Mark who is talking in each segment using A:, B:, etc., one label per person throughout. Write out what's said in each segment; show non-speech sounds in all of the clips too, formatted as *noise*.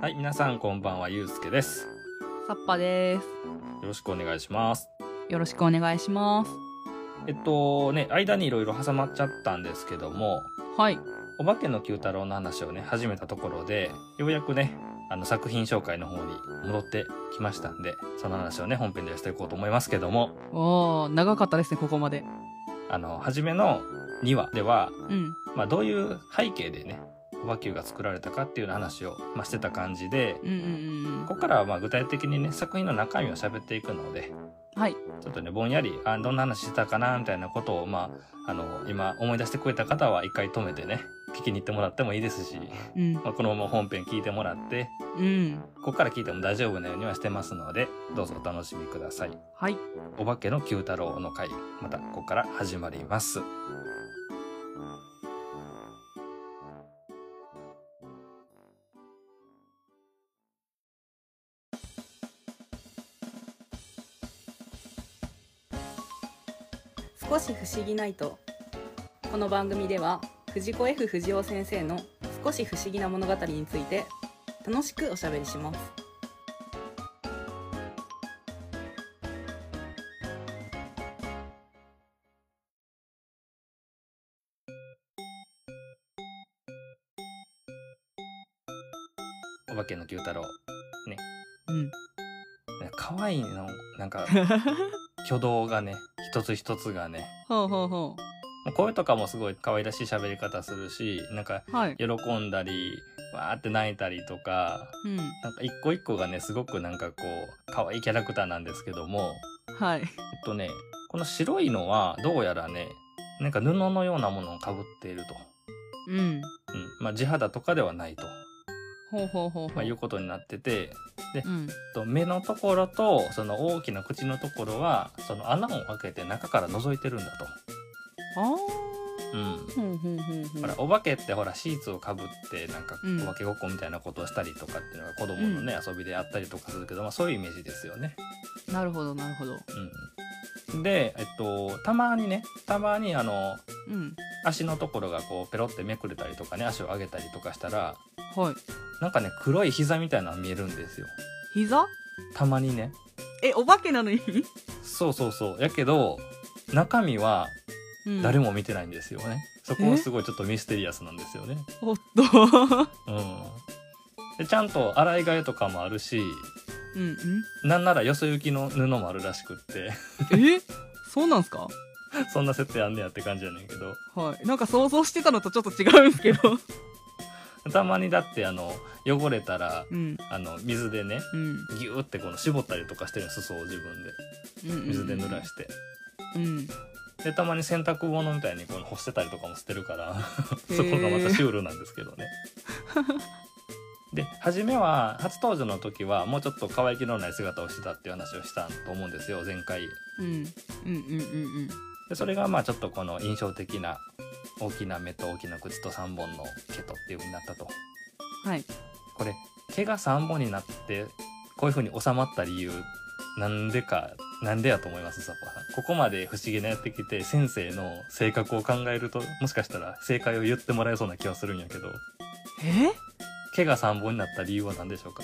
A: はい、皆さんこんばんは、ゆうすけです。
B: サッパで
A: よ
B: す。
A: ろしくお願いします。
B: よろしくお願いします。
A: えっとね、間にいろいろ挟まっちゃったんですけども、
B: はい。
A: お化けの九太郎の話をね、始めたところで、ようやくね、あの作品紹介の方に戻ってきましたんで、その話をね、本編でしていこうと思いますけども、
B: おー、長かったですね、ここまで。
A: あの、初めの2話では、
B: うん。
A: まあどういう背景でね、お化けが作られたかっていうような話を、まあ、してた感じで、
B: うんうんうんうん。
A: ここからはまあ具体的にね、作品の中身を喋っていくので、
B: はい。
A: ちょっとね、ぼんやり、あ、どんな話してたかな、みたいなことを、まあ、あの、今思い出してくれた方は一回止めてね、聞きに行ってもらってもいいですし、
B: うん。
A: まあ、このまま本編聞いてもらって、
B: うん。
A: ここから聞いても大丈夫なようにはしてますので、どうぞお楽しみください。
B: はい。
A: お化けの九太郎の回、またここから始まります。
C: 少し不思議ないとこの番組では藤子 F 不二雄先生の少し不思議な物語について楽しくおしゃべりします
A: お化けの九太郎。
C: *laughs*
B: うん。
A: ね可愛いの、なん
B: *laughs*
A: か、挙動がね、一つ一つがね、
B: ほうほう
A: も
B: ほ
A: う声とかもすごい可愛らしい喋り方するし、なんか、
B: う。はい。
A: 喜んだり、わーって泣いたりとか、
B: うん。
A: なんか一個一個がね、すごくなんかこう、可愛いキャラクターなんですけども、
B: はい。
A: えっとね、この白いのは、どうやらね、なんか布のようなものをかぶっていると。
B: うん。
A: うん。まあ、地肌とかではないと、
B: ほうほうほうほう。
A: まあ、いうことになってて、
B: うん。
A: えっと目のところと、その大きな口のところは、その穴を開けて中から覗いてるんだ
B: あ
A: と。うん。
B: ー。ほうほうほうほう。
A: ほら、お化けってほら、シーツをかぶって、なんか
B: うん、
A: お化けごっこみたいなことをしたりとかっていうのが子供のね、遊びであったりとかするけど、まあそういうイメージですよね。
B: なるほど、なるほど。
A: うん。で、えっと、たまにね、たまにあの、
B: うん。
A: 足のところがこう、ペロってめくれたりとかね、足を上げたりとかしたら、
B: はい。
A: なんかね、黒い膝みたいなの見えるんですよ。
B: 膝
A: たまにね。
B: え、お化けなのに
A: そうそうそう。やけど、中身は
B: うん
A: 誰
B: も。
A: も見てないんですよね。そこはすごいちょっとミステリアスなんですよね。
B: おっと。
A: うん。でちゃんと洗い替えとかもあるし、
B: うんうん。
A: なんならよそ行きの布もあるらしくって *laughs*
B: えそうなんすか
A: そんな設定あんねやって感じやねんけど
B: はい。なんか想像してたのとちょっと違うんですけど。
A: たまにだってあの汚れたら
B: うん。
A: あの水でね
B: うん。
A: ギューってこの絞ったりとかしてる裾を自分で
B: うん
A: 水で濡らして、
B: うん。
A: でたまに洗濯物みたいにこの干してたりとかもしてるから
B: へー
A: そこがまたシュールなんですけどねで初めは初登場の時はもうちょっと可愛げのない姿をしてたっていう話をしたと思うんですよ前回
B: うんうんうんうん
A: でそれがまあちょっとこの印象的な大きな目と大きな口と3本の毛とっていう風になったと
B: うんはい
A: これ毛が3本になってこういう風に収まった理由なんでかなんでやと思いますサッパーさんここまで不思議なやってきて先生の性格を考えるともしかしたら正解を言ってもらえそうな気はするんやけど
B: え
A: 毛が3本になった理由は何でしょうか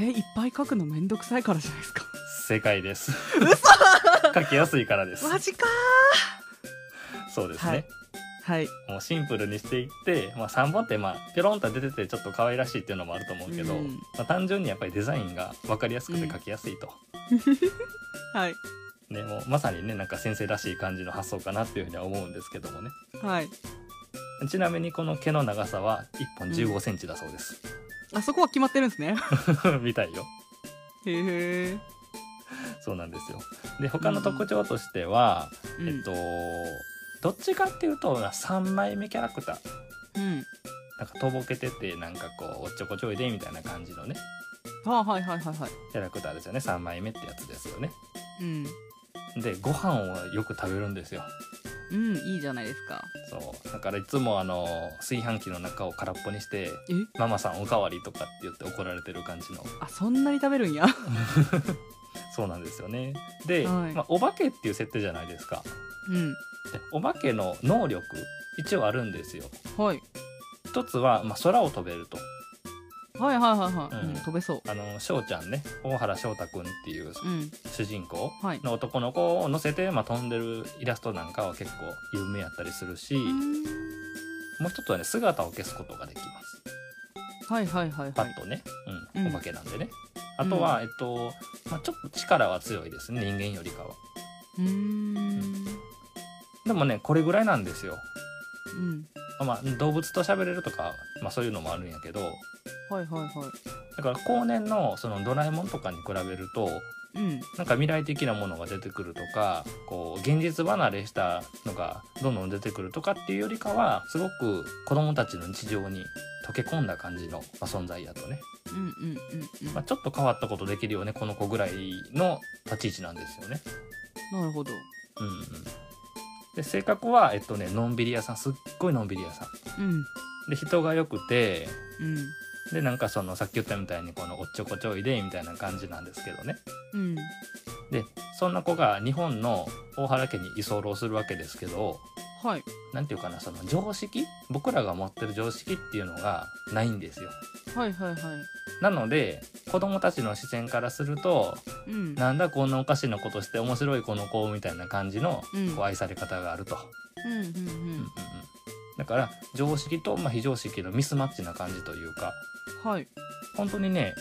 B: えいっぱい書くのめんどくさいからじゃないですか
A: 正解です嘘 *laughs* 書きやすいからです
B: ジか
A: そうですね、
B: はいはい
A: もうシンプルにしていって、まあ、3本ってまあピョロンと出ててちょっと可愛らしいっていうのもあると思うけど、
B: うん
A: まあ、単純にやっぱりデザインが分かりやすくて描きやすいと、
B: はい
A: ね、もうまさにねなんか先生らしい感じの発想かなっていうふうには思うんですけどもね
B: はい
A: ちなみにこの毛の長さは1本1 5センチだそうです、 *laughs*
B: あそこは決まってるんですね
A: みたいよ
B: へえ
A: そうなんですよで他の特徴としては、
B: うん
A: えっとどっちかっていうと3枚目キャラクター
B: うん
A: なんかとぼけててなんかこうおっちょこちょいでみたいな感じのね
B: あはいはいはいはい
A: キャラクターですよね3枚目ってやつですよね
B: うん
A: でご飯をよく食べるんですよ
B: うんいいじゃないですか
A: そうだからいつもあの炊飯器の中を空っぽにして
B: え
A: 「ママさんおかわり」とかって言って怒られてる感じの
B: あそんなに食べるんや
A: そうなんですよね。で、
B: はい
A: まあ、お化けっていう設定じゃないですか。
B: うん
A: でお化けの能力一応あるんですよ。
B: はい
A: 一つは、まあ、空を飛べると。
B: はいはいはいはい、
A: うん
B: うん飛べそう
A: あの翔ちゃんね大原翔太くんっていう
B: うん
A: 主人公
B: はい
A: の男の子を乗せて、まあ、飛んでるイラストなんかは結構有名やったりするし、もう一つはね姿を消すことができます。
B: はいはいはい
A: パ
B: はい
A: ッとね、う、
B: うんん
A: お化けなんでね。あとは、えっと、まあ、ちょっと力は強いですね人間よりかは。
B: うーん
A: でもねこれぐらいなんですよ。
B: うん
A: まあ、動物と喋れるとか、まあ、そういうのもあるんやけど
B: はいはいは
A: だから後年のそのドラえもんとかに比べると
B: いうん
A: なんか未来的なものが出てくるとかこう現実離れしたのがどんどん出てくるとかっていうよりかはすごく子どもたちの日常に溶け込んだ感じの、まあ、存在やとね、
B: うんうんうんうん
A: まあ、ちょっと変わったことできるよねこの子ぐらいの立ち位置なんですよね。
B: なるほど
A: うんうん、で性格はえっとねのんびり屋さんすっごいのんびり屋さん。
B: うん
A: で人が良くて
B: うん
A: でなんかそのさっき言ったみたいにこのおっちょこちょいでみたいな感じなんですけどね
B: うん
A: でそんな子が日本の大原家に居候するわけですけど
B: はい
A: なんていうかなその常識僕らが持ってる常識っていうのがないんですよ
B: はいはいはい
A: なので子供たちの視線からすると
B: うん
A: なんだこんなおかしなことして面白いこの子みたいな感じの
B: うん
A: こう愛され方があると、
B: うんう
A: うん
B: ん
A: う
B: うん
A: うん
B: ん
A: だから常識とまあ非常識のミスマッチな感じというか
B: はい
A: 本当にね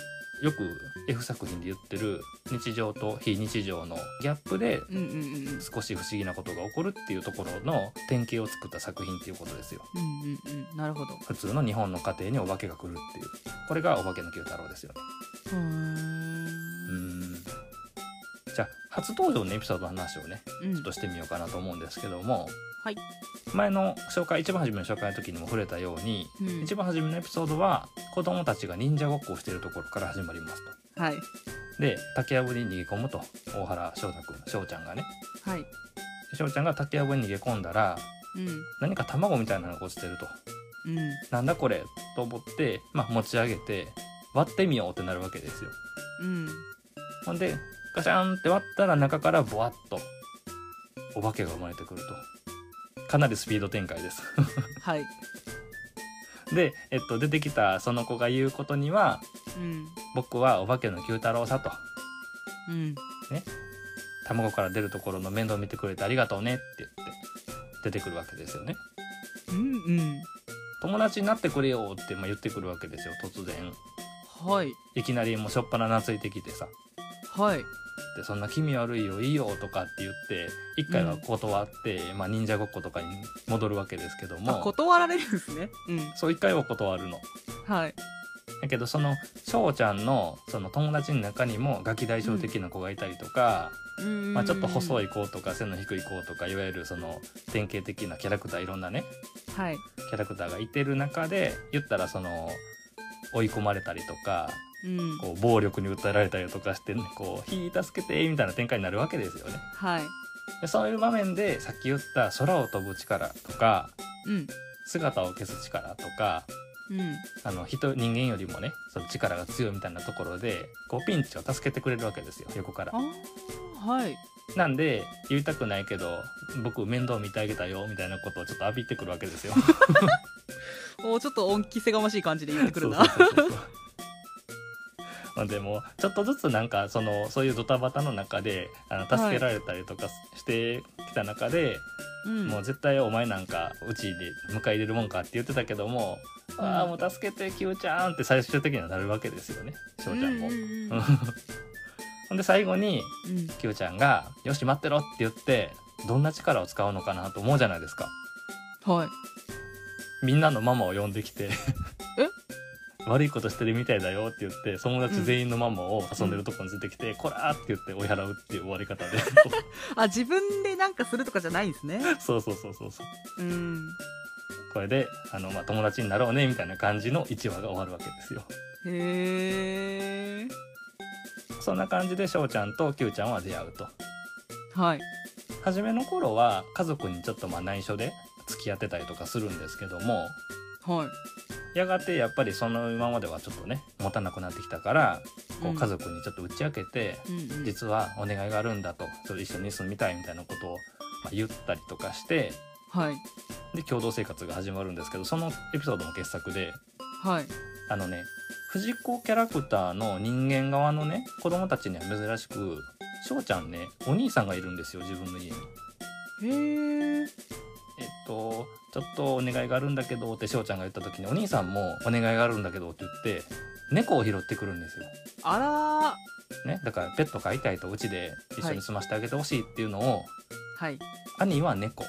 A: よく F 作品で言ってる日常と非日常のギャップで
B: うんうんうんうん
A: 少し不思議なことが起こるっていうところの典型を作った作品っていうことですよ
B: うんうんうんなるほど
A: 普通の日本の家庭にお化けが来るっていうこれが「お化けの Q 太郎」ですよね
B: へー
A: うーんじゃあ初登場のエピソードの話をね
B: うん
A: ちょっとしてみようかなと思うんですけども
B: はい
A: 前の紹介一番初めの紹介の時にも触れたように
B: うん
A: 一番初めのエピソードは子供たちが忍者ごっこをしているところから始まりますと。
B: はい
A: で竹やぶに逃げ込むと大原翔太君翔ちゃんがね
B: はい
A: で翔ちゃんが竹やぶに逃げ込んだら
B: う
A: 何か卵みたいなのが落ちてると
B: んうん
A: なんだこれと思って、まあ、持ち上げて割ってみようってなるわけですよ
B: うん
A: ほんでガシャンって割ったら中からボワッとお化けが生まれてくるとかなりスピード展開です
B: はい
A: で、えっと、出てきたその子が言うことには
B: うん
A: 僕はお化けの九太郎さと
B: うん
A: 卵から出るところの面倒見てくれてありがとうねって言って出てくるわけですよね
B: うんうん
A: 友達になってくれよってまあ言ってくるわけですよ突然
B: はい
A: いきなりもうしょっぱな懐いてきてさ
B: はい
A: でそんな気味悪いよいいよとかって言って一回は断って、まあ忍者ごっことかに戻るわけですけど
B: あ
A: も
B: 断られるんですねうん
A: そう一回は断るの
B: はい
A: だけどその翔ちゃんのその友達の中にもガキ大将的な子がいたりとか、まあ、ちょっと細
B: い
A: い子とか背の低い子とかいわゆるその典型的なキャラクターいろんなね
B: はい
A: キャラクターがいてる中で言ったらその追い込まれたりとか
B: うん
A: こう暴力に訴えられたりとかしてねこう「ひー助けて」みたいな展開になるわけですよね。
B: はい
A: でそういう場面でさっき言った空を飛ぶ力とか
B: うん
A: 姿を消す力とか
B: うん
A: あの人人間よりもねその力が強いみたいなところでこうピンチを助けてくれるわけですよ横から
B: あ。ーはい
A: なんで言いたくないけど僕面倒見てあげたよみたいなことをちょっと浴びてくるわけ
B: *laughs*
A: ですよ。
B: おちょっと恩着せがましい感じで言ってくるな
A: そうそうそうそうまあでもちょっとずつなんかそのそういうドタバタの中であの助けられたりとかしてきた中で、
B: うん
A: もう絶対お前なんかうちで迎え入れるもんかって言ってたけども、
B: うん
A: ああもう助けてキューちゃんって最終的にはなるわけですよね翔ちゃんも。
B: ううんうん
A: *laughs* ほんで最後に
B: うん
A: キューちゃんが「よし待ってろ」って言ってどんな力を使うのかなと思うじゃないですか。
B: はい
A: みんなのママを呼んできて
B: え
A: 悪いことしてるみたいだよって言って友達全員のママを遊んでるとこに連れてきて「こら!」って言って追い払うっていう終わり方で
B: あ自分でなんかするとかじゃないんですね
A: そうそうそうそうそう
B: うん
A: これであの、まあ、友達になろうねみたいな感じの1話が終わるわけですよ
B: へえ
A: そんな感じで翔ちゃんと Q ちゃんは出会うと
B: はい
A: 初めの頃は家族にちょっとまあ内緒で付き合ってたりとかするんですけども
B: はい
A: やがてやっぱりその今まではちょっとね持たなくなってきたからこ
C: う
A: うん家族にちょっと打ち明けて、
C: うんうん
A: 実はお願いがあるんだとちょっと一緒に住みたいみたいなことを、まあ、言ったりとかして
B: はい
A: で共同生活が始まるんですけどそのエピソードも傑作で
B: はい
A: あのね藤子キャラクターの人間側のね子供たちには珍しく翔ちゃんねお兄さんがいるんですよ自分の家に。
B: へえ
A: えっと、ちょっとお願いがあるんだけどって翔ちゃんが言った時にお兄さんもお願いがあるんだけどって言って猫を拾ってくるんですよ。
B: あらー
A: ね、だからペット飼いたいとうちで一緒に住ませてあげてほしいっていうのを、
B: はい
A: 兄は猫、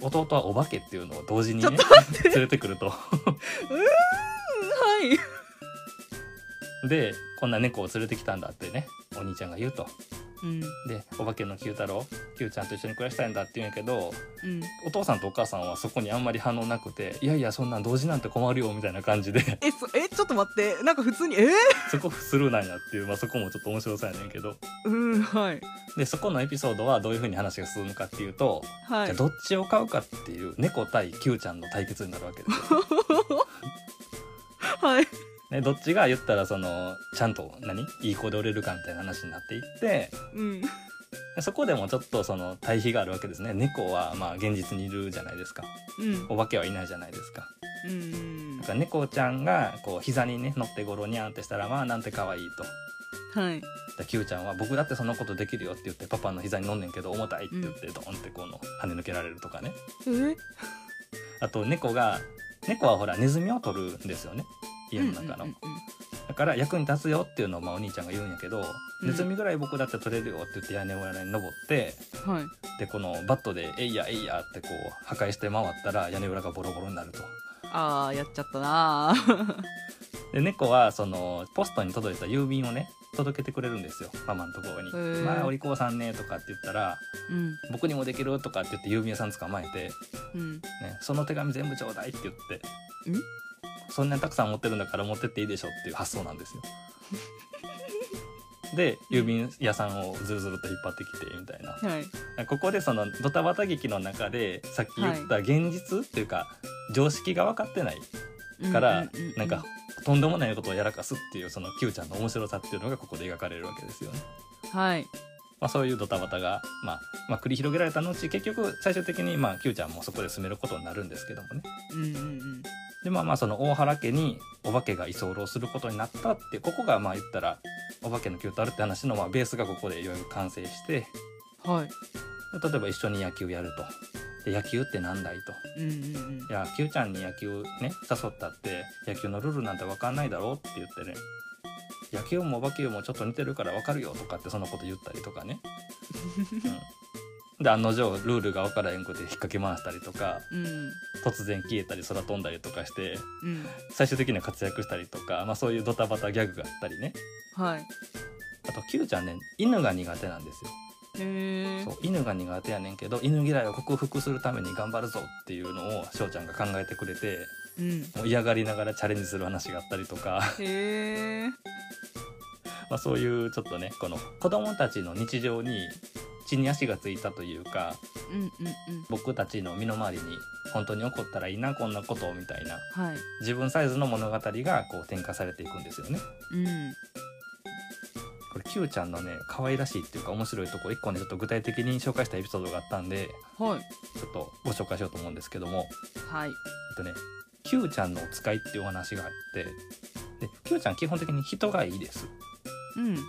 A: 弟はお化けっていうのを同時に
B: ちょっ
A: ね
B: と
A: 連れてくると。
B: はい
A: でこんな猫を連れてきたんだってねお兄ちゃんが言うと。
B: うん
A: でお化けの Q 太郎 Q ちゃんと一緒に暮らしたいんだって言うんやけど
B: うん
A: お父さんとお母さんはそこにあんまり反応なくていやいやそんなん同時なんて困るよみたいな感じで。 *laughs*
B: えそえちょっと待ってなんか普通にえー、
A: そこスルーなんやっていう、まあ、そこもちょっと面白さやねんけど
B: うんはい
A: でそこのエピソードはどういうふうに話が進むかっていうと、
B: はい
A: じゃあどっちを買うかっていう猫対 Q ちゃんの対決になるわけですよ。
B: はい
A: ね、どっちが言ったらそのちゃんと何いい子でおれるかみたいな話になっていって
B: うん
A: でそこでもちょっとその対比があるわけですね猫はまあ現実にいるじゃないですか
B: うん
A: お化けはいないじゃないですか
B: うん
A: だから猫ちゃんがこう膝にね乗ってゴロニャンってしたらまあなんて可愛いと
B: はい
A: で Q ちゃんは「僕だってそんなことできるよ」って言ってパパの膝に乗んねんけど重たいって言ってドーンってこの跳ね抜けられるとかね
B: え
A: あと猫が猫はほらネズミを取るんですよね家の中の、
B: うん
A: だから役に立つよっていうのをまあお兄ちゃんが言うんやけど、
B: うん
A: ネズミぐらい僕だって取れるよって言って屋根裏に登って
B: うんはい
A: でこのバットで「えいやえいや」ってこう破壊して回ったら屋根裏がボロボロになると。
B: あーやっちゃったなー
A: で猫はそのポストに届いた郵便をね届けてくれるんですよママのところに
B: へー
A: 「まあお利口さんね」とかって言ったら
B: うん
A: 「僕にもできる」とかって言って郵便屋さん捕まえて
B: うん
A: ね、その手紙全部ちょうだいって言って
B: ん
A: そんなにたくさん持ってるんだから持ってっていいでしょっていう発想なんですよで郵便屋さんをずるずると引っ張ってきてみたいな
B: はい
A: ここでそのドタバタ劇の中でさっき言った現実っていうか常識が分かってないから
B: ううう
A: なんかとんでもないことをやらかすっていうその Q ちゃんの面白さっていうのがここで描かれるわけですよね。
B: はい
A: まあ、そういうドタバタが、まあまあ、繰り広げられた後結局最終的にまあ Q ちゃんもそこで住めることになるんですけどもね。
B: うんうんうん
A: でまあまあその大原家にお化けが居候することになったってここがまあ言ったらお化けの Q とあるって話のまあベースがここでようやく完成して
B: はい
A: 例えば一緒に野球やると。で野球ってなんだいと。
B: うんうんうん
A: いや、Q ちゃんに野球ね、誘ったって野球のルールなんて分かんないだろうって言ってね。野球もお化けもちょっと似てるから分かるよとかってそんなこと言ったりとかね。うん、で案の定ルールが分からへんくて引っ掛け回したりとか
B: うん
A: 突然消えたり空飛んだりとかして
B: うん
A: 最終的には活躍したりとか、まあ、そういうドタバタギャグがあったりね
B: はい
A: あと Q ちゃんね犬が苦手なんですよ
B: へえ
A: そう犬が苦手やねんけど犬嫌いを克服するために頑張るぞっていうのを翔ちゃんが考えてくれて
B: うん
A: もう嫌がりながらチャレンジする話があったりとか *laughs*
B: へえ
A: まあそういうちょっとねこの子供たちの日常に地に足がついたというか
B: うんうんうん
A: 僕たちの身の回りに本当に起こったらいいなこんなことをみたいな
B: はい
A: 自分サイズの物語がこう展開されていくんですよね。
B: うん
A: これ Q ちゃんのね可愛らしいっていうか面白いとこ一個ねちょっと具体的に紹介したエピソードがあったんで
B: はい
A: ちょっとご紹介しようと思うんですけども
B: はい
A: えっとね Q ちゃんのお使いっていうお話があってで Q ちゃん基本的に人がいいです。
B: うん
A: えっ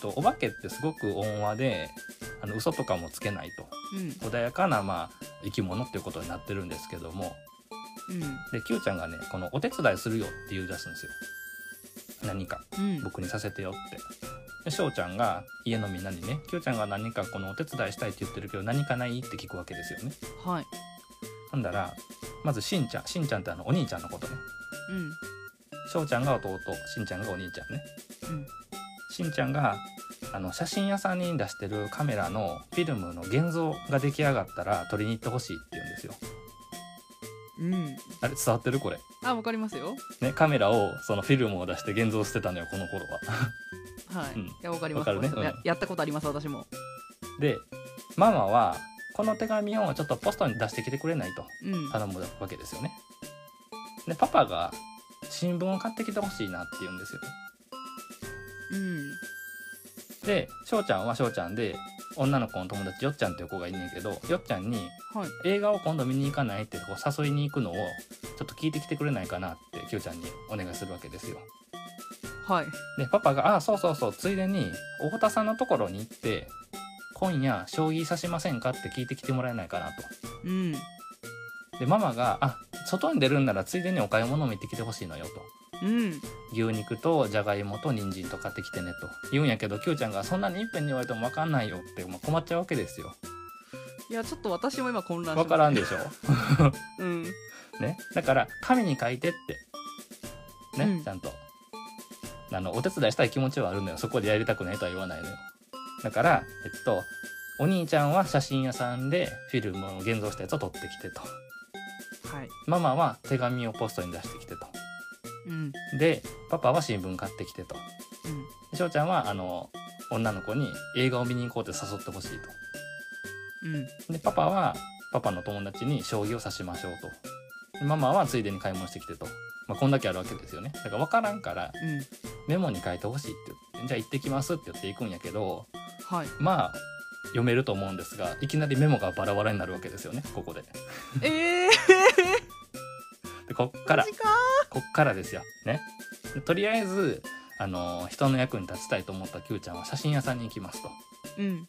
A: とお化けってすごく温和であの嘘とかもつけないと
B: うん
A: 穏やかな、まあ、生き物っていうことになってるんですけども
B: うん
A: で Q ちゃんがねこのお手伝いするよって言い出すんですよ何か
B: うん
A: 僕にさせてよってで翔ちゃんが家のみんなにね Q ちゃんが何かこのお手伝いしたいって言ってるけど何かないって聞くわけですよね
B: はい
A: ほんだらまずしんちゃんしんちゃんってあのお兄ちゃんのことね
B: うん
A: 翔ちゃんが弟しんちゃんがお兄ちゃんね
B: うん
A: しんちゃんがあの写真屋さんに出してるカメラのフィルムの現像が出来上がったら撮りに行ってほしいって言うんですよ
B: うん
A: あれ伝わってるこれ
B: あわかりますよ
A: ね、カメラをそのフィルムを出して現像してたのよこの頃は。
B: はい、
A: うん
B: いやわかります
A: わかるね
B: 私もや
A: うん
B: やったことあります私も
A: でママはこの手紙をちょっとポストに出してきてくれないと
B: うん
A: 頼むわけですよね。でパパが新聞を買ってきてほしいなって言うんですよ。
C: うん
A: で翔ちゃんは翔ちゃんで女の子の友達よっちゃんっていう子がいんねんけどよっちゃんに
B: はい
A: 映画を今度見に行かないってこう誘いに行くのをちょっと聞いてきてくれないかなってきゅうちゃんにお願いするわけですよ。
B: はい
A: でパパが「ああそうそうそうついでに太田さんのところに行って今夜将棋指しませんか?」って聞いてきてもらえないかなと。
B: うん
A: でママが「あ外に出るんならついでにお買い物も行ってきてほしいのよ」と。
B: うん
A: 牛肉とじゃがいもと人参と買ってきてねと言うんやけどきゅうちゃんが「そんなにいっぺんに言われても分かんないよ」って、まあ、困っちゃうわけですよ。
B: いやちょっと私も今混乱し
A: 分からん
B: で
A: でしょ
B: うん
A: ね、だから紙に書いてってね、
B: うん
A: ちゃんとあのお手伝いしたい気持ちはあるのよそこでやりたくないとは言わないのよだからえっとお兄ちゃんは写真屋さんでフィルムを現像したやつを撮ってきてと
B: はい
A: ママは手紙をポストに出してきてと
B: うん
A: でパパは新聞買ってきてと
B: うん
A: で翔ちゃんはあの女の子に映画を見に行こうって誘ってほしい
B: うん
A: とでパパはパパの友達に将棋を指しましょうとでママはついでに買い物してきてと、まあ、こんだけあるわけですよねだから分からんから
B: うん
A: メモに書いてほしいって言ってじゃあ行ってきますって言って行くんやけど
B: はい
A: まあ読めると思うんですがいきなりメモがバラバラになるわけですよねここで
B: ええ
A: でこっ
B: ー、
A: から
B: マジか
A: こっからですよねでとりあえずあの人の役に立ちたいと思った Q ちゃんは写真屋さんに行きますと
B: うん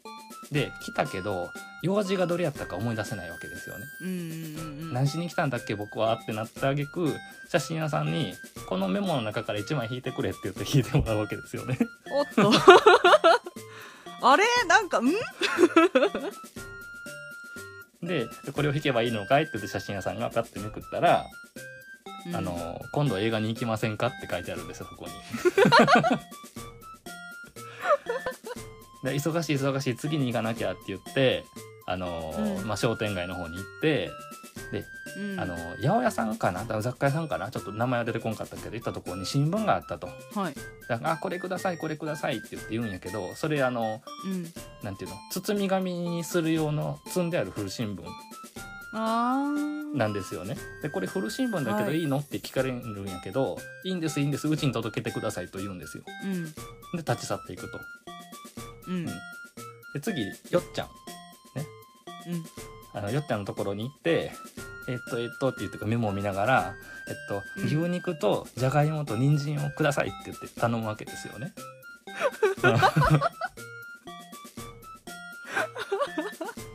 A: で来たけど用事がどれやったか思い出せないわけですよね
B: うんうんうん
A: 何しに来たんだっけ僕はってなったあげく写真屋さんにこのメモの中から1枚引いてくれって言って引いてもらうわけですよね *laughs*
B: おっと *laughs* あれなんかん
A: でこれを引けばいいのかいって言って写真屋さんがパッてめくったらあの今度映画に行きませんかって書いてあるんですよそこに。
B: *laughs*
A: *laughs* で忙しい忙しい次に行かなきゃって言ってあの、
B: うん
A: まあ、商店街の方に行って、
B: うん
A: あの八百屋さんかな多分雑貨屋さんかなちょっと名前は出てこんかったけど行ったところに新聞があったと
B: はい
A: 「だからあこれくださいこれください」って言って言うんやけどそれあの
B: うん
A: なんていうの包み紙にする用の積んである古新聞
B: あー
A: なんですよね。でこれ古新聞だけど
B: はい
A: いいの、って聞かれるんやけど「いいんですいいんですうちに届けてください」と言うんですよ。
B: うん
A: で立ち去っていくと。
B: うん
A: で次よっちゃん
B: うん
A: あのよっちゃんのところに行って「えっとえっと」って言ってメモを見ながら「えっと
B: うん
A: 牛肉とじゃがいもと人参をください」って言って頼むわけですよね。 *laughs*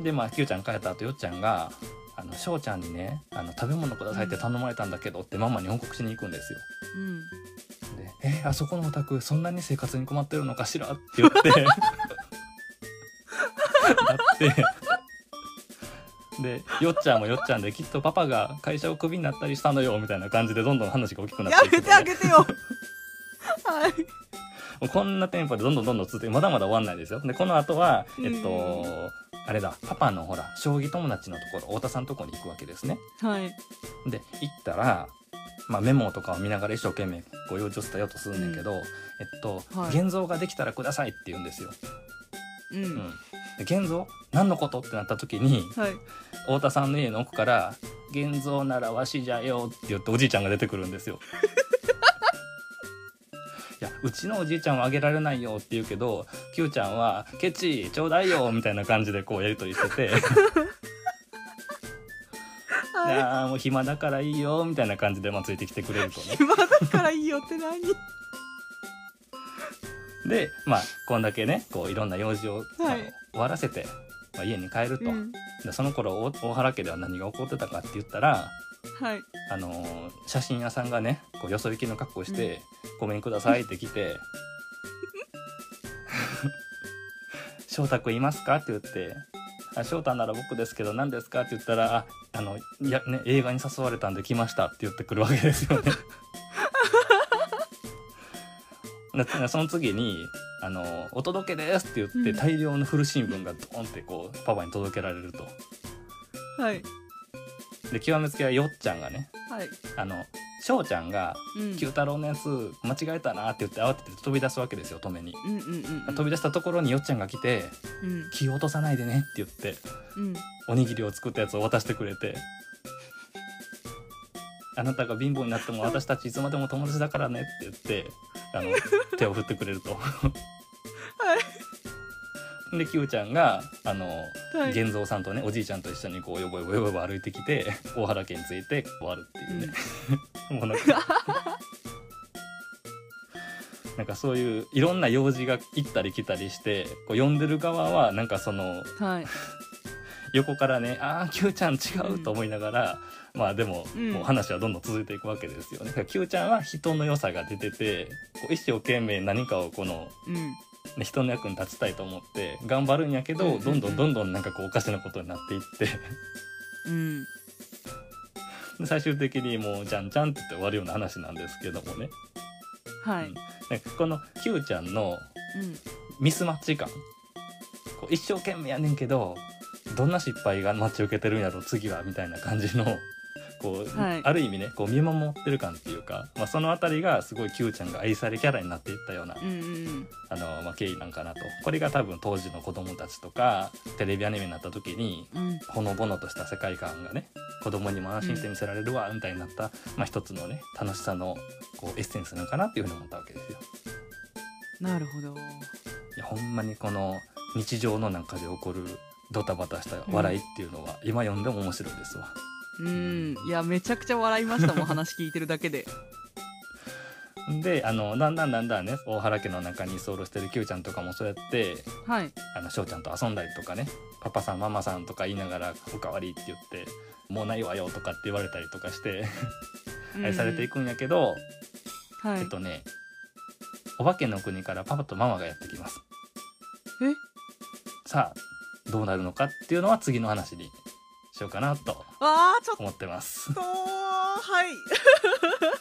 A: でまあ Q ちゃん帰った後よっちゃんが「あの翔ちゃんにねあの食べ物くださいって頼まれたんだけど」ってママに報告しに行くんですよ。
B: うん
A: で「えあそこのお宅そんなに生活に困ってるのかしら?」って言って *laughs* なってでよっちゃんもよっちゃんできっとパパが会社をクビになったりしたのよみたいな感じでどんどん話が大きくな
B: や
A: ってい
B: め
A: く
B: てあ
A: とね
B: げ
A: *laughs*
B: てよはい
A: もうこんなテンポでどんどんどんどん続いてまだまだ終わんないですよでこの後はえっと
B: う
A: あれだパパのほら将棋友達のところ太田さんのところに行くわけですね
B: はい
A: で行ったら、まあ、メモとかを見ながら一生懸命ご用事を伝えようとするんだけど、えっと、
B: はい
A: 現像ができたらくださいって言うんですよ。
B: うん、
A: うん、で現像何のことってなった時に
B: はい
A: 太田さんの家の奥から「現像ならわしじゃよ」って言っておじいちゃんが出てくるんです
B: *laughs*
A: よ。いやうちのおじいちゃんはあげられないよって言うけど Q ちゃんは「ケチちょうだいよ」みたいな感じでこうやり取りして
B: *laughs*
A: て「い
B: はい
A: やーもう暇だからいいよ」みたいな感じでまあついてきてくれるとね。
B: 今だからいいよって何
A: でまあこんだけねこういろんな用事を、まあ
B: はい
A: 終わらせて、まあ、家に帰ると、
B: うん
A: でその頃大大原家では何が起こってたかって言ったら、
B: はい
A: あのー写真屋さんがねこうよそ行きの格好をして「ごめんください」って来て「翔太くんいますか?」って言って「あ翔太なら僕ですけど何ですか?」って言ったら「ああのいや、ね、映画に誘われたんで来ました」って言ってくるわけですよ
B: *laughs*
A: ね。ななその次にあの「お届けです」って言って、
B: うん
A: 大量の古新聞がドンってこうパパに届けられると。
B: はい
A: で極めつけはよっちゃんがね
B: はい
A: あの翔ちゃんが
B: うん
A: 九太郎のやつ間違えたなって言って慌てて飛び出すわけですよ止めに
B: うんうんうん
A: 飛び出したところによっちゃんが来て
B: うん
A: 「気を落とさないでね」って言って
B: うん
A: おにぎりを作ったやつを渡してくれて「あなたが貧乏になっても私たちいつまでも友達だからね」って言ってあ
B: *laughs*
A: の手を振ってくれると。でキウちゃんがあの
B: はい
A: 玄三さんとねおじいちゃんと一緒にこうよぼよぼよぼよぼ歩いてき
B: *laughs*
A: て大原家に着いて終わるっていうね、 *laughs* もうなんかなんかそういういろんな用事が行ったり来たりしてこう読んでる側はなんかその
B: はい
A: 横からね「ああ Q ちゃん違う」と思いながら、まあでも、
B: うん
A: もう話はどんどん続いていくわけですよね。だから Q ちゃんは人の良さが出ててこう一生懸命何かをこの
B: うん
A: ね人の役に立ちたいと思って頑張るんやけ
B: うんうん
A: ど
B: うん
A: どんどんどんどんなんかこうおかしなことになっていって
B: うん
A: で最終的にもう「じゃんじゃん」って言って終わるような話なんですけどもね
B: はい、
A: うんなんかこの Q ちゃんの
B: うん
A: ミスマッチ感こう一生懸命やねんけどどんな失敗が待ち受けてるんやろ次はみたいな感じのこう、
B: はい
A: ある意味ねこう見守ってる感っていうか、まあ、その辺りがすごい Q ちゃんが愛されキャラになっていったような、
B: うんうん
A: あのまあ、経緯なんかなとこれが多分当時の子供たちとかテレビアニメになった時に
B: うんうん
A: ほのぼのとした世界観がね子供にも安心して見せられるわみたいになった、まあ、一つのね楽しさのこうエッセンスなのかなっていうふうに思ったわけですよ。
B: なるほど
A: いやほんまにこの日常の中で起こるドタバタした笑いっていうのは、今読んでも面白いですわ
B: うんいやめちゃくちゃ笑いましたもん話聞いてるだけで
A: であのだんだんだんだんね大原家の中に居候してる Q ちゃんとかもそうやって
B: はい
A: あの翔ちゃんと遊んだりとかねパパさんママさんとか言いながら「おかわり」って言って「もうないわよ」とかって言われたりとかして愛されてい
B: く、
A: くんやけど、
B: はい
A: えっとねお化けの国からパパとママがやってきます
B: え
A: さあどうなるのかっていうのは次の話にしようかなと
B: あーちょっ
A: 思ってます
B: とはい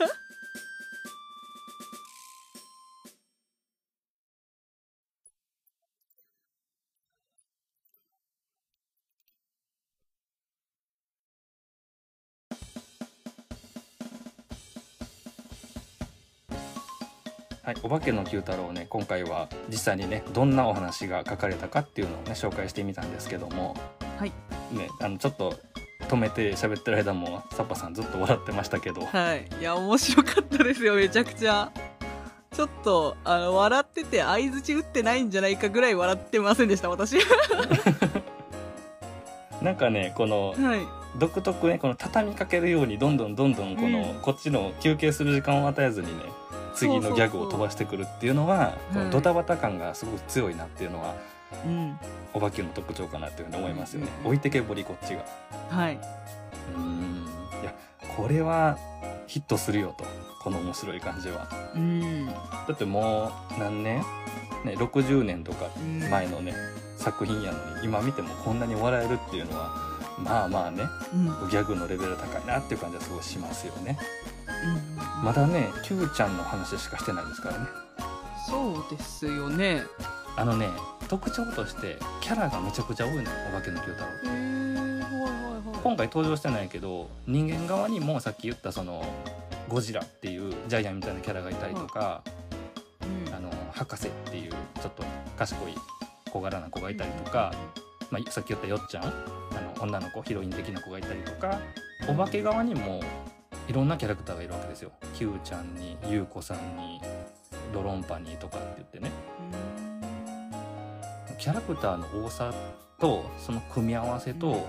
A: はい、お化けの九太郎ね今回は実際にねどんなお話が書かれたかっていうのをね紹介してみたんですけども、
B: はい
A: ね、あのちょっと止めて喋ってる間もサッパさんずっと笑ってましたけど、
B: はい、いや面白かったですよめちゃくちゃちょっとあの笑ってて相槌打ってないんじゃないかぐらい笑ってませんでした私は
A: なんかねこの
B: い
A: 独特ねこの畳みかけるようにどんどんどんどんこの、
B: うん
A: こっちの休憩する時間を与えずにね次のギャグを飛ばしてくるっていうのは
B: そうそうそう
A: このドタバタ感がすごく強いなっていうのは、
B: うん
A: お化けの特徴かなっていうふうに思いますよね、
B: うんうん
A: 置いてけぼりこっちが。
B: はい、
A: うんいやこれはヒットするよとこの面白い感じは
B: うん
A: だってもう何年、ね、60年とか
B: うん
A: 前のね作品やのに今見てもこんなに笑えるっていうのはまあまあね
B: うん
A: ギャグのレベル高いなっていう感じはすごいしますよね
B: うん
A: まだね Q ちゃんの話しかしてないですからね
B: そうですよね
A: あのね特徴としてキャラがめちゃくちゃ多いのよお化けの Q 太郎
B: へえはいはい
A: 今回登場してないけど人間側にもさっき言ったそのゴジラっていうジャイアンみたいなキャラがいたりとか、
B: うん
A: あの博士っていうちょっと賢い小柄な子がいたりとか、まあ、さっき言ったよっちゃんあの女の子ヒロイン的な子がいたりとかお化け側にもいろんなキャラクターがいるわけですよ。キューちゃんにゆうこさんにドロンパニーとかって言ってねキャラクターの多さとその組み合わせと、
B: うん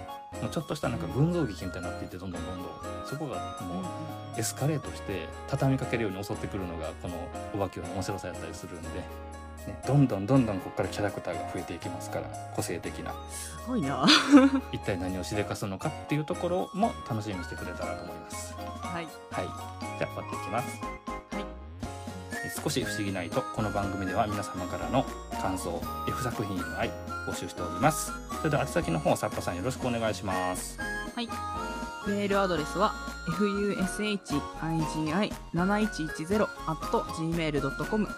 A: もうちょっとしたなんか群像劇みたいになっていってどんどんどんどんそこがもうエスカレートして畳みかけるように襲ってくるのがこのお化けの面白さやったりするんで、ね、どんどんどんどんここからキャラクターが増えていきますから個性的な
B: すごいな
A: 一体何をしでかすのかっていうところも楽しみにしてくれたらと思います。
B: は
A: は
B: い
A: い、じゃあ終わっていきます。
B: はい
A: え少し不思議ないとこの番組では皆様からの感想 F 作品への愛募集しておりますそれでは宛先の方サッパさんよろしくお願いします
B: メールアドレスは fushigi7110.gmail.com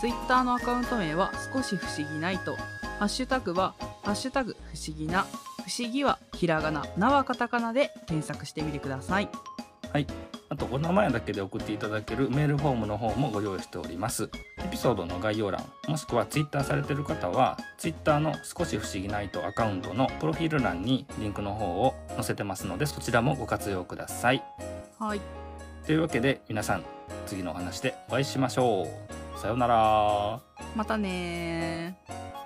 B: ツイッターのアカウント名は少し不思議ないとハッシュタグは「ハッシュタグ不思議な」不思議はひらがななはカタカナで検索してみてください
A: あとお名前だけで送っていただけるメールフォームの方もご用意しておりますエピソードの概要欄もしくはツイッターされている方はツイッターの少し不思議ないとアカウントのプロフィール欄にリンクの方を載せてますのでそちらもご活用ください
B: はい
A: というわけで皆さん次のお話でお会いしましょうさようなら。
B: またねー。